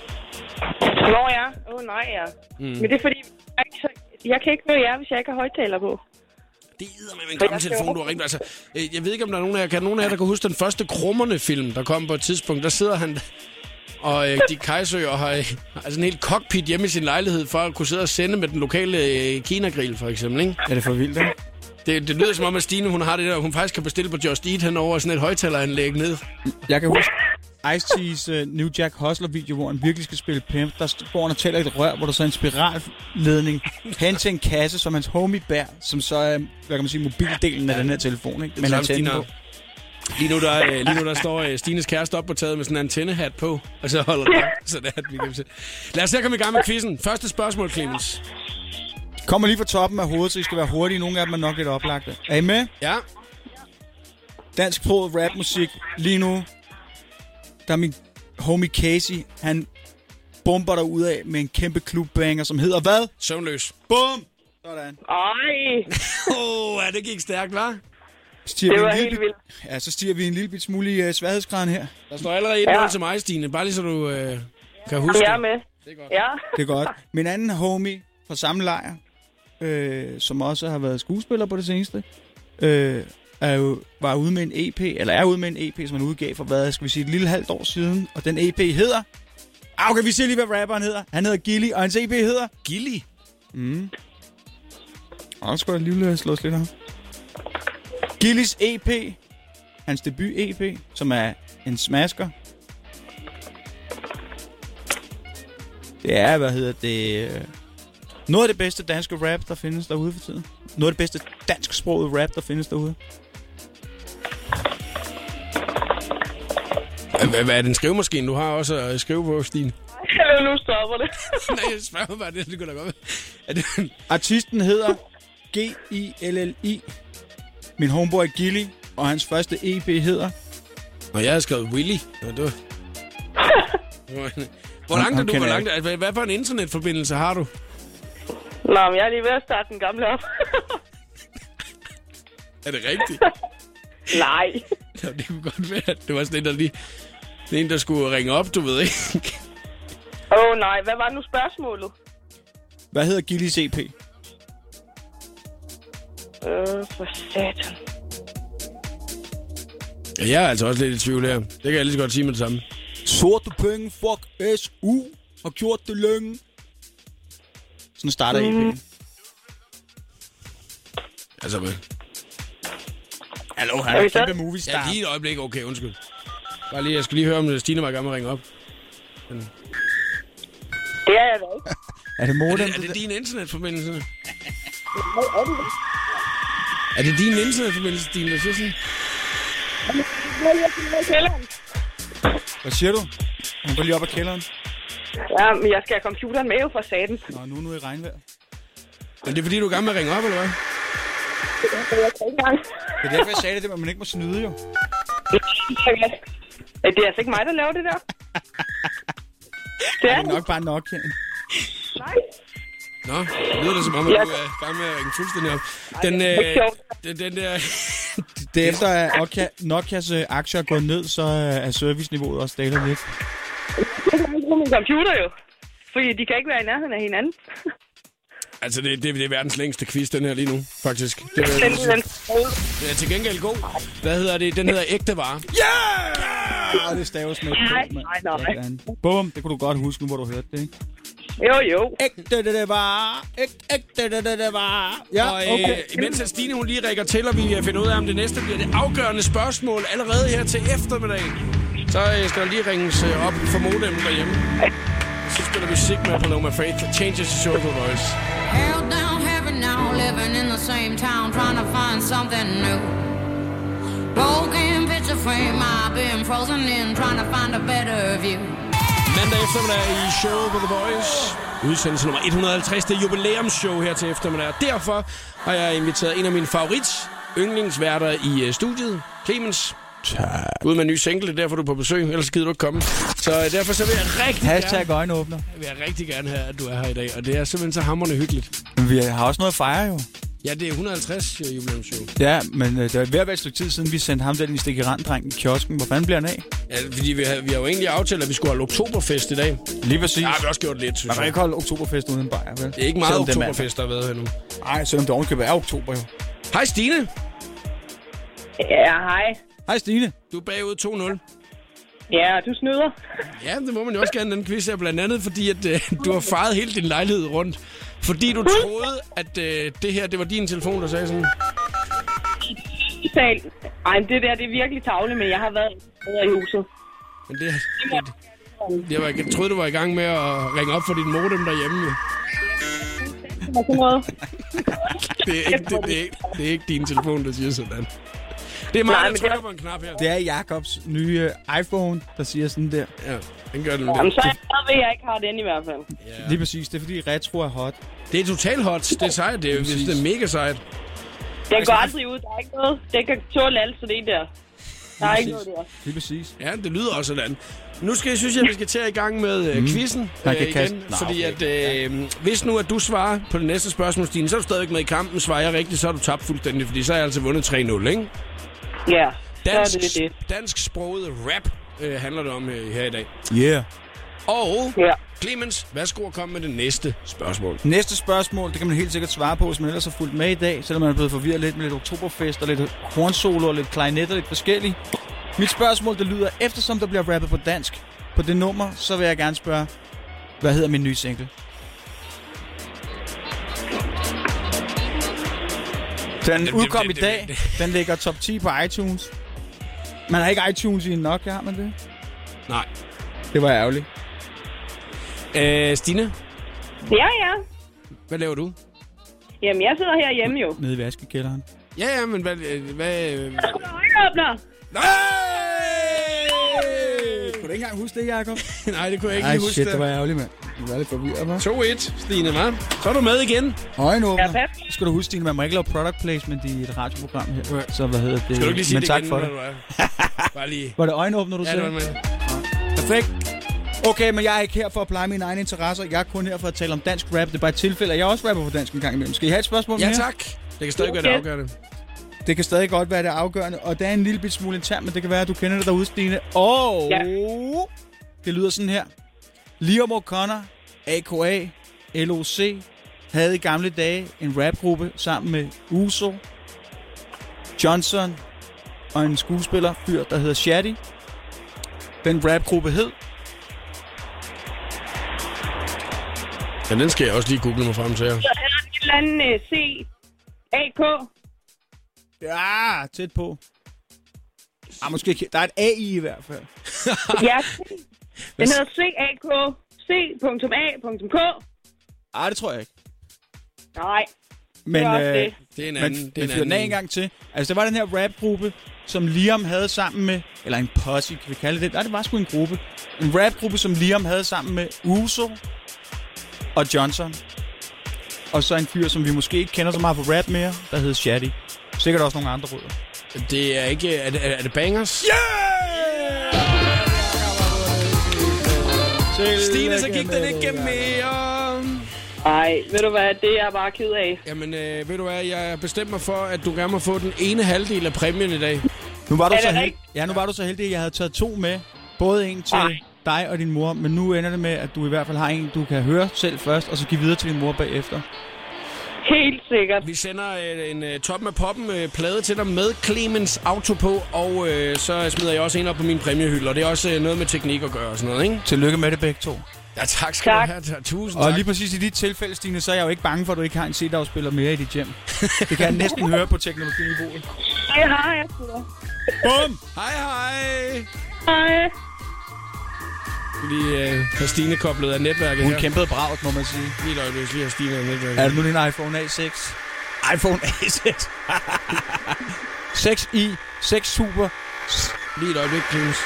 Speaker 12: Nå ja. Åh oh, nej ja.
Speaker 1: Mm.
Speaker 12: Mm. Men det er fordi, jeg, ikke, så- jeg kan ikke høre jer, hvis jeg ikke har højtaler på.
Speaker 1: Men en gammel telefon, du har ringet. Altså, øh, jeg ved ikke, om der er nogen af jer, kan nogen af jer, der kan huske den første Krummerne-film, der kom på et tidspunkt. Der sidder han og øh, de Kajsø og har øh, altså en helt cockpit hjemme i sin lejlighed for at kunne sidde og sende med den lokale øh, Kina-grill, for eksempel. Ikke?
Speaker 2: Er det for vildt, ikke?
Speaker 1: Det, det lyder som om, at Stine hun har det der, hun faktisk kan bestille på Just Eat henover sådan et højtaleranlæg ned.
Speaker 2: Jeg kan huske Ice-T's uh, New Jack Hustler-video, hvor han virkelig skal spille pimp. Der st- står han og tæller et rør, hvor der så er en spiralledning hen til en kasse, som hans homie bærer, som så er, hvad kan man sige, mobildelen af den her telefon, ikke?
Speaker 1: Det er
Speaker 2: Men
Speaker 1: samme,
Speaker 2: han tænder
Speaker 1: Stine
Speaker 2: på.
Speaker 1: har. Lige nu, der, øh, lige nu der står øh, Stines kæreste op på taget med sådan en antennehat på, og så holder den op, så det er, at vi kan se. Lad os se at komme i gang med quizzen. Første spørgsmål, Clemens.
Speaker 2: Kommer lige fra toppen af hovedet, så I skal være hurtige. Nogle af dem er nok lidt oplagte. Er I med?
Speaker 1: Ja.
Speaker 2: Dansk prod rapmusik lige nu. Der er min homie Casey. Han bomber dig ud af med en kæmpe klubbanger, som hedder hvad?
Speaker 1: Søvnløs.
Speaker 2: Bum! Sådan.
Speaker 12: Ej.
Speaker 1: Åh, oh, ja, det gik stærkt, hva'?
Speaker 2: Stiger
Speaker 1: Det
Speaker 2: vi en
Speaker 1: var
Speaker 2: lille
Speaker 1: helt
Speaker 2: bit- Ja, så stiger vi en lille bit smule i uh, sværhedsgraden her.
Speaker 1: Der står allerede et ja. til mig, Stine. Bare lige så du øh, kan huske
Speaker 12: Jeg er
Speaker 1: det.
Speaker 12: med. Det er godt. Ja.
Speaker 2: Det er godt. Min anden homie fra samme lejr, øh, som også har været skuespiller på det seneste, øh, er jo, var ude med en EP, eller er ude med en EP, som han udgav for, hvad skal vi sige, et lille halvt år siden. Og den EP hedder... Ah, okay, vi ser lige, hvad rapperen hedder. Han hedder Gilly, og hans EP hedder...
Speaker 1: Gilly?
Speaker 2: Mm. Og så skulle jeg lige slå lidt af. Gillys EP, hans debut EP, som er en smasker. Det er, hvad hedder det... øh, Noget af det bedste danske rap, der findes derude for tiden. Noget af det bedste dansksproget rap, der findes derude.
Speaker 1: Hvad, hvad er den skrivemaskine, du har også at skrive på, Stine?
Speaker 12: Hallo, nu stopper det.
Speaker 1: Nej, jeg spørger bare, det, det kunne da godt være. Er det,
Speaker 2: Artisten hedder G-I-L-L-I. Min homeboy Gilly, og hans første EP hedder...
Speaker 1: Nå, jeg har skrevet Willy. Ja, det var... Hvor
Speaker 2: Ham- ham
Speaker 1: langt er du? Hvor
Speaker 2: kender jeg
Speaker 1: langt, er- hvad, hvad for en internetforbindelse har du?
Speaker 12: Nå, men jeg er lige ved at starte den gamle op.
Speaker 1: Er det rigtigt?
Speaker 12: Nej.
Speaker 1: Nå, det kunne godt være. Det var sådan en, der lige... Det er en, der skulle ringe op, du ved ikke?
Speaker 12: Åh oh, nej, hvad var nu spørgsmålet?
Speaker 2: Hvad hedder E Gillys EP?
Speaker 12: Øh, for satan.
Speaker 1: Ja, jeg er altså også lidt i tvivl her. Det kan jeg lige så godt sige med det samme.
Speaker 2: Sorte penge, fuck SU, har gjort det længe. Sådan starter E
Speaker 1: Mhm.
Speaker 2: EP'en.
Speaker 1: Altså, hvad? Hallo,
Speaker 2: han er Er vi kæmpe så? moviestar.
Speaker 1: Ja, lige et øjeblik. Okay, undskyld. Bare lige, jeg skal lige høre, om Stine var i gang med at ringe op. Men...
Speaker 12: Det er jeg da ikke.
Speaker 2: Er det
Speaker 1: Er
Speaker 2: modem?
Speaker 1: det, er det din internetforbindelse? Er det din internetforbindelse, Stine, der siger sådan?
Speaker 2: Hvad siger du? Hun går lige op ad kælderen.
Speaker 12: Ja, men jeg skal have computeren med jo for satan.
Speaker 2: Nå, nu, nu er i regnvejr.
Speaker 1: Men det er fordi, du er i gang med at ringe op, eller hvad?
Speaker 12: Jeg kan ikke engang.
Speaker 2: Det er derfor, jeg sagde det, det med, at man ikke må snyde jo.
Speaker 12: Øh, Det er altså ikke mig, der laver det der.
Speaker 2: Det er nok bare nok. Ja.
Speaker 12: Nej.
Speaker 1: Nå, det lyder det som om, at
Speaker 2: Ja.
Speaker 1: du er i gang med at ringe fuldstændig op. Den,
Speaker 2: det er
Speaker 1: øh,
Speaker 2: ikke sjovt.
Speaker 1: den, den der...
Speaker 2: Det er efter, at Nokia, Nokias øh, aktier er gået ned, så øh, er serviceniveauet også dalet lidt.
Speaker 12: Jeg kan ikke bruge min computer jo. Fordi de kan ikke være i nærheden af hinanden.
Speaker 1: Altså, det, det, det er verdens længste quiz, den her lige nu, faktisk. Det er,
Speaker 12: Den, den.
Speaker 1: den er til gengæld god. Hvad hedder det? Den hedder ægte vare.
Speaker 2: Ah, det staves med.
Speaker 12: Nej, nej, nej.
Speaker 2: Bum, det kunne du godt huske nu, hvor du hørte det, ikke?
Speaker 12: Jo, jo.
Speaker 2: Ægte det, det var. Ægte, ægte det, det, det var. øh, Ja,
Speaker 1: og øh,
Speaker 2: okay.
Speaker 1: imens at Stine hun lige rækker til, og vi øh, finder ud af, om det næste bliver det afgørende spørgsmål allerede her til eftermiddag, så øh, skal der lige ringes øh, op for modemmen derhjemme. Så spiller vi Sigma på Loma Faith. Changes to Social Noise.
Speaker 14: Held down heaven now, living in the same town, trying to find something new. Broken picture frame, I've been frozen in, trying to find a better view.
Speaker 1: Mandag eftermiddag i showet på The Voice. Udsendelse nummer 150, det er jubilæumsshow her til eftermiddag. Og Derfor har jeg inviteret en af mine favorit yndlingsværter i øh, studiet, Clemens Ud med en ny single, det er derfor du er på besøg, ellers gider du ikke komme. Så øh, derfor så vil jeg rigtig
Speaker 2: Hashtag
Speaker 1: gerne,
Speaker 2: øjenåbner.
Speaker 1: vil jeg rigtig gerne have, at du er her i dag, og det er simpelthen så hammerende hyggeligt.
Speaker 2: Men vi har også noget at fejre jo.
Speaker 1: Ja, det er 150 øh, jubilæumsshow.
Speaker 2: Ja, men øh, det er ved at være et stykke tid siden, vi sendte ham den stikkerand-dreng i kiosken. Hvor fanden bliver han af?
Speaker 1: Ja, fordi vi har, vi har jo egentlig aftalt, at vi skulle holde oktoberfest i dag.
Speaker 2: Lige præcis.
Speaker 1: Ja, vi har også gjort lidt,
Speaker 2: Man
Speaker 1: synes
Speaker 2: kan
Speaker 1: jeg.
Speaker 2: ikke holde oktoberfest uden en bajer, vel?
Speaker 1: Det er ikke meget oktoberfest, der har været her nu.
Speaker 2: Nej, selvom det ovenkøbet er oktober jo.
Speaker 1: Hej Stine.
Speaker 12: Ja, hej.
Speaker 2: Hej Stine.
Speaker 1: Du er bagud 2-0.
Speaker 12: Ja, og du snyder.
Speaker 1: Ja, men det må man jo også gerne, den quiz her, blandt andet fordi, at øh, du har faret hele din lejlighed rundt. Fordi du troede, at øh, det her, det var din telefon, der sagde sådan.
Speaker 12: Sal. Ej, men det der, det er virkelig tavle, men jeg har været bedre i huset.
Speaker 1: Men det, det, jeg, var, jeg troede, du var i gang med at ringe op for din modem derhjemme. jo.
Speaker 12: Og sådan noget.
Speaker 1: Det er ikke, det, det, er ikke, det er ikke din telefon, der siger sådan. Det er mig,
Speaker 12: Nej,
Speaker 1: der
Speaker 12: men
Speaker 1: trykker
Speaker 12: det-
Speaker 1: på en knap her.
Speaker 2: Det er Jakobs nye øh, iPhone, der siger sådan der.
Speaker 1: Ja, den gør den
Speaker 12: Jamen, så er
Speaker 1: lidt.
Speaker 12: jeg glad ved, at jeg ikke har den i hvert fald.
Speaker 2: Lige præcis, det er fordi retro er hot.
Speaker 1: Det er totalt hot. Det er sejt. Det er,
Speaker 2: Præcis.
Speaker 1: det er mega sejt.
Speaker 12: Den går aldrig ud. Der er ikke noget. Den kan tåle alt, så det er der. Der er ikke noget der.
Speaker 2: Lige præcis.
Speaker 1: Ja, det lyder også sådan. Nu skal, synes jeg, vi skal til at i gang med mm. quizzen
Speaker 2: Man
Speaker 1: øh,
Speaker 2: kan
Speaker 1: igen.
Speaker 2: kaste- Nå,
Speaker 1: fordi at, øh, hvis nu, at du svarer på det næste spørgsmål, Stine, så er du stadigvæk med i kampen. Svarer jeg rigtigt, så er du tabt fuldstændig, fordi så har jeg altså vundet 3-0, ikke?
Speaker 12: Ja,
Speaker 1: Dansk,
Speaker 12: så er det det.
Speaker 1: dansk sproget rap øh, handler det om øh, her i dag.
Speaker 2: Yeah.
Speaker 1: Og
Speaker 12: Ja.
Speaker 1: Clemens, værsgo at komme med det næste spørgsmål.
Speaker 2: Næste spørgsmål, det kan man helt sikkert svare på, hvis man ellers har fulgt med i dag, selvom man er blevet forvirret lidt med lidt oktoberfest og lidt hornsolo og lidt klarinet og lidt forskelligt. Mit spørgsmål, det lyder, eftersom der bliver rappet på dansk på det nummer, så vil jeg gerne spørge, hvad hedder min nye single? Den
Speaker 1: det-
Speaker 2: udkom
Speaker 1: det-
Speaker 2: i dag.
Speaker 1: det-
Speaker 2: Den ligger top 10 på iTunes. Man har ikke iTunes i nok, har man det?
Speaker 1: Nej.
Speaker 2: Det var ærgerligt.
Speaker 1: Øh, Stine,
Speaker 12: Ja, ja.
Speaker 1: hvad laver du?
Speaker 12: Jamen, jeg sidder herhjemme jo.
Speaker 2: Nede i vaskekælderen.
Speaker 1: Ja, ja, men hvad... øh, hvad øh...
Speaker 12: Øjenåbner!
Speaker 1: Nej!
Speaker 2: Kunne du ikke engang huske det, Jacob?
Speaker 1: Nej, det kunne jeg ikke
Speaker 2: Ej,
Speaker 1: lige huske.
Speaker 2: shit,
Speaker 1: da.
Speaker 2: det var ærgerligt, mand. Du var lidt forvirret, hva'?
Speaker 1: 2-1, Stine, hva'? Så er du med igen.
Speaker 2: Øjenåbner.
Speaker 12: Ja,
Speaker 2: Så skal du huske, Stine, man må ikke lave product placement i et radioprogram her.
Speaker 1: Nej.
Speaker 2: Så hvad hedder det?
Speaker 1: Skal du ikke lige sige
Speaker 2: Men
Speaker 1: det
Speaker 2: tak
Speaker 1: igen,
Speaker 2: for
Speaker 1: når
Speaker 2: det.
Speaker 1: du er? Bare lige...
Speaker 2: Var det øjenåbner, du
Speaker 1: Ja, det
Speaker 2: sagde?
Speaker 1: var med.
Speaker 2: Perfekt. Okay, men jeg er ikke her for at pleje mine egne interesser. Jeg er kun her for at tale om dansk rap. Det er bare et tilfælde, at jeg også rapper på dansk en gang imellem. Skal I have et spørgsmål
Speaker 1: Ja,
Speaker 2: mere?
Speaker 1: tak. Det kan stadig være det
Speaker 12: Okay.
Speaker 1: afgørende.
Speaker 2: Det kan stadig godt være det er afgørende, og der er en lille bit smule intern, men det kan være, at du kender det derude, Stine. Og
Speaker 12: Ja.
Speaker 2: det lyder sådan her. Liam O'Connor, AKA, LOC, havde i gamle dage en rapgruppe sammen med Uso, Johnson og en skuespiller, fyr, der hedder Shaddy. Den rapgruppe hed
Speaker 1: Ja, den skal jeg også lige google mig frem til her.
Speaker 12: Så er der et eller andet øh, C, A, K.
Speaker 2: Ja, tæt på. Ah, måske ikke. Der er et A i i hvert fald.
Speaker 12: Ja, den hedder C, A, K. C.A.K.
Speaker 2: Ah, det tror jeg ikke.
Speaker 12: Nej,
Speaker 2: Men,
Speaker 12: Det er også
Speaker 2: øh,
Speaker 12: det.
Speaker 1: Det er en anden.
Speaker 2: men,
Speaker 1: det er
Speaker 2: men fyr den af en gang til. Altså, der var den her rapgruppe, som Liam havde sammen med... Eller en posse, kan vi kalde det. Nej, det var sgu en gruppe. En rapgruppe, som Liam havde sammen med Uso og Johnson. Og så en fyr, som vi måske ikke kender så meget for rap mere, der hed Shaddy. Sikkert også nogle andre rødder.
Speaker 1: Det er ikke... Er det, er er det bangers? Ja! Stine, så gik den ikke gennem mere.
Speaker 12: nej. Ved du hvad, det er jeg bare ked af.
Speaker 1: Jamen, øh, ved du hvad, jeg bestemte mig for, at du gerne må få den ene halvdel af præmien i dag.
Speaker 2: Nu var, du
Speaker 12: Er det
Speaker 2: så heldig,
Speaker 12: rigtigt?
Speaker 2: ja, nu var du så heldig, at jeg havde taget to med. Både en til
Speaker 12: Ej.
Speaker 2: dig og din mor, men nu ender det med, at du i hvert fald har en, du kan høre selv først, og så give videre til din mor bagefter.
Speaker 12: Helt sikkert.
Speaker 1: Vi sender øh, en øh, toppen af poppen øh, plade til dig med Clemens Auto på, og øh, så smider jeg også en op på min præmiehylde, og det er også øh, noget med teknik at gøre og sådan noget, ikke?
Speaker 2: Tillykke med det begge to. Tak.
Speaker 1: Ja, tak skal
Speaker 12: Tak.
Speaker 1: du have. Ta- Tusind
Speaker 2: Og
Speaker 1: tak.
Speaker 2: lige præcis i dit tilfælde, Stine, så er jeg jo ikke bange for, at du ikke har en C-dagspiller mere i dit hjem. Det kan jeg næsten høre på teknologiniveauet.
Speaker 12: Det har jeg sgu da.
Speaker 2: Bum!
Speaker 1: Hej, hej.
Speaker 12: Hej.
Speaker 1: Lige øh, have Stine koblet af netværket
Speaker 2: Hun
Speaker 1: her.
Speaker 2: kæmpede bragt, må man sige.
Speaker 1: Lige et øjeblik, lige have Stine af netværket.
Speaker 2: Er det nu din iPhone A6? iPhone A6? 6i, 6 Super.
Speaker 1: Lige et øjeblik, Clemens.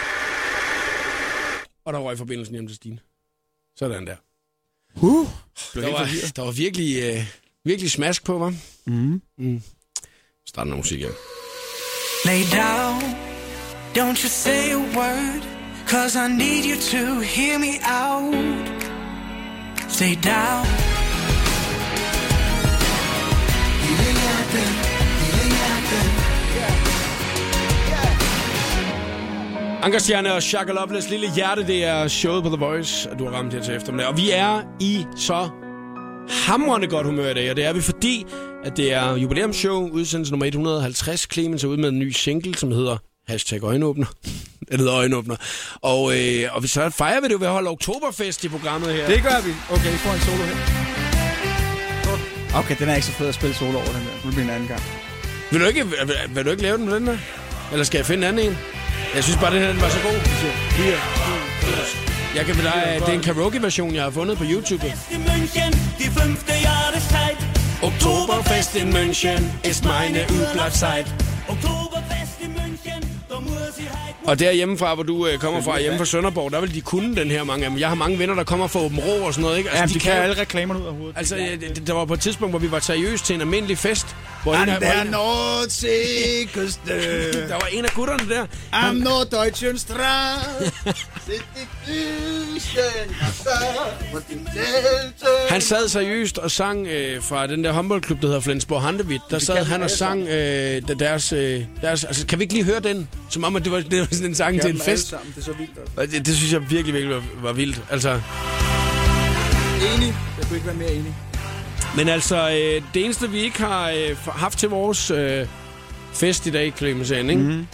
Speaker 1: Og der røg forbindelsen hjem til Stine. Sådan der.
Speaker 2: Uh,
Speaker 1: Der var, der var virkelig, øh, virkelig smask på, var.
Speaker 2: Mm.
Speaker 1: Start noget musik her.
Speaker 5: Lay down
Speaker 13: Don't you say a word, cause I need you to hear me out. Stay down.
Speaker 1: Ankerstjerne og Shaka Loveless Lille Hjerte, det er showet på The Voice, og du har ramt her til eftermiddag. Og vi er i så hamrende godt humør i dag, og det er vi fordi, at det er jubilæumsshow, udsendelse nummer 150. Clemens er ude med en ny single, som hedder Hashtag øjenåbner. Den hedder øjenåbner. Og, øh, og vi- så fejrer vi det jo ved at holde oktoberfest i programmet her.
Speaker 2: Det gør vi. Okay, vi får en solo her. Okay, den er ikke så fed at spille solo over, den der. Det bliver en anden gang.
Speaker 1: Vil du ikke, vil, vil du ikke lave den på den der? Eller skal jeg finde en anden en? Jeg synes bare, den her den var så god. Fire. Jeg kan dig, det er en karaoke-version, jeg har fundet på YouTube.
Speaker 15: in München, die fünfte Jahreszeit.
Speaker 1: Oktoberfest in München ist meine Urlaubszeit.
Speaker 15: Oktoberfest in München, da muss ich heim.
Speaker 1: Og derhjemmefra, hvor du øh, kommer fra, hjemme fra Sønderborg, der vil de kunne den her mange af dem. Jeg har mange venner, der kommer fra Åben Rå og sådan noget, ikke?
Speaker 2: Jamen, de kan alle reklamerne ud af hovedet.
Speaker 1: Altså, øh, det- der var på et tidspunkt, hvor vi var seriøst til en almindelig fest. Hvor
Speaker 2: An
Speaker 1: af- hvor
Speaker 2: der
Speaker 1: af-
Speaker 2: nordsikkerste.
Speaker 1: der var en af gutterne der.
Speaker 2: Am Norddeutschen Strand.
Speaker 1: Han sad seriøst og sang øh, fra den der håndboldklub, der hedder Flensborg Handewitt. Der
Speaker 2: kan
Speaker 1: sad
Speaker 2: vi
Speaker 1: han og
Speaker 2: alle
Speaker 1: sang øh, der- deres, øh, deres... Altså, kan vi ikke lige høre den? Som om, at det var, det var sådan en sang til en fest.
Speaker 2: Det er så vildt. altså.
Speaker 1: Og Det, det synes jeg virkelig, virkelig var, var vildt. Altså,
Speaker 2: Enig. Jeg kunne ikke være mere enig.
Speaker 1: men altså, øh, det eneste, vi ikke har øh, f- haft til vores øh, fest i dag, Clemens Anne, ikke?
Speaker 2: Mhm.
Speaker 1: Mm-hmm.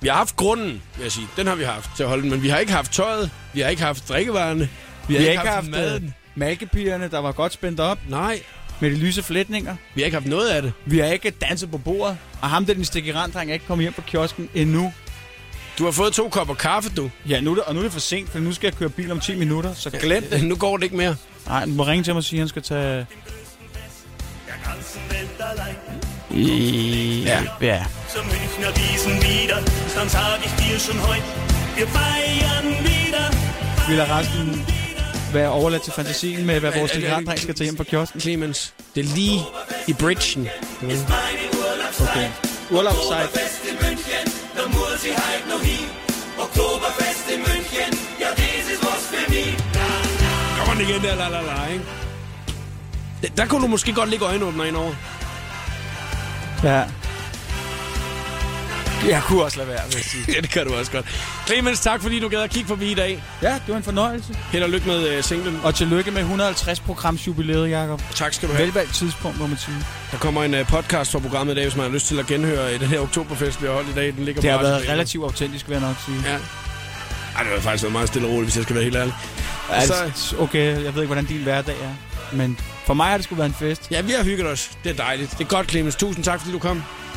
Speaker 1: Vi har haft grunden, vil jeg sige. Den har vi haft til at holde den, men vi har ikke haft tøjet, vi har ikke haft drikkevarerne, vi har,
Speaker 2: Vi
Speaker 1: ikke, haft, haft maden.
Speaker 2: maden. Malkepigerne, øh, der var godt spændt op.
Speaker 1: Nej.
Speaker 2: Med de lyse flætninger.
Speaker 1: Vi har ikke haft noget af det.
Speaker 2: Vi har ikke danset på bordet. Og ham der, den stikkerandreng, er ikke kommet hjem fra kiosken endnu.
Speaker 1: Du har fået to kopper kaffe, du.
Speaker 2: Ja, nu er det, og nu er det for sent, for nu skal jeg køre bil om 10 minutter, så glem
Speaker 1: det. Nu går det ikke mere.
Speaker 2: Nej, du må ringe til mig og sige, at han skal tage...
Speaker 1: Ja.
Speaker 2: Ja.
Speaker 15: Zum Münchner Wiesen wieder, dann sag ich dir schon heut, wir feiern wieder.
Speaker 2: Vi lader resten være overladt til fantasien med, hvad vores
Speaker 1: Men,
Speaker 2: stikkerandreng skal tage hjem fra kiosken.
Speaker 1: Clemens, det er lige i bridgen.
Speaker 2: Okay. Urlaubszeit.
Speaker 15: in München, da muss ich halt noch hin. Oktoberfest in München, ja, das ist was für mich.
Speaker 1: Kommer den igen der, la la la, ikke? Der- Der kunne du måske godt ligge øjenåbner ind over.
Speaker 2: Ja. Jeg kunne også lade være, vil jeg sige.
Speaker 1: ja, det kan du også godt. Clemens, tak fordi du gad at kigge forbi i dag.
Speaker 2: Ja, det var en fornøjelse.
Speaker 1: Held og lykke med uh, singlen.
Speaker 2: Og tillykke med 150 programs jubilæet, Jacob.
Speaker 1: Tak skal du have.
Speaker 2: Velvalgt tidspunkt, må man sige.
Speaker 1: Der kommer en uh, podcast fra programmet i dag, hvis man har lyst til at genhøre øh, den her oktoberfest, vi har holdt i dag. Den ligger
Speaker 2: Det
Speaker 1: på
Speaker 2: har været
Speaker 1: radioen.
Speaker 2: relativt autentisk, vil jeg nok sige.
Speaker 1: Ja. Ej, det har faktisk været meget stille og roligt, hvis jeg skal være helt ærlig.
Speaker 2: Altså, okay, jeg ved ikke, hvordan din hverdag er. Men for mig har det skulle være en fest.
Speaker 1: Ja, vi har hygget os. Det er dejligt. Det er godt, Clemens. Tusind tak, fordi du kom.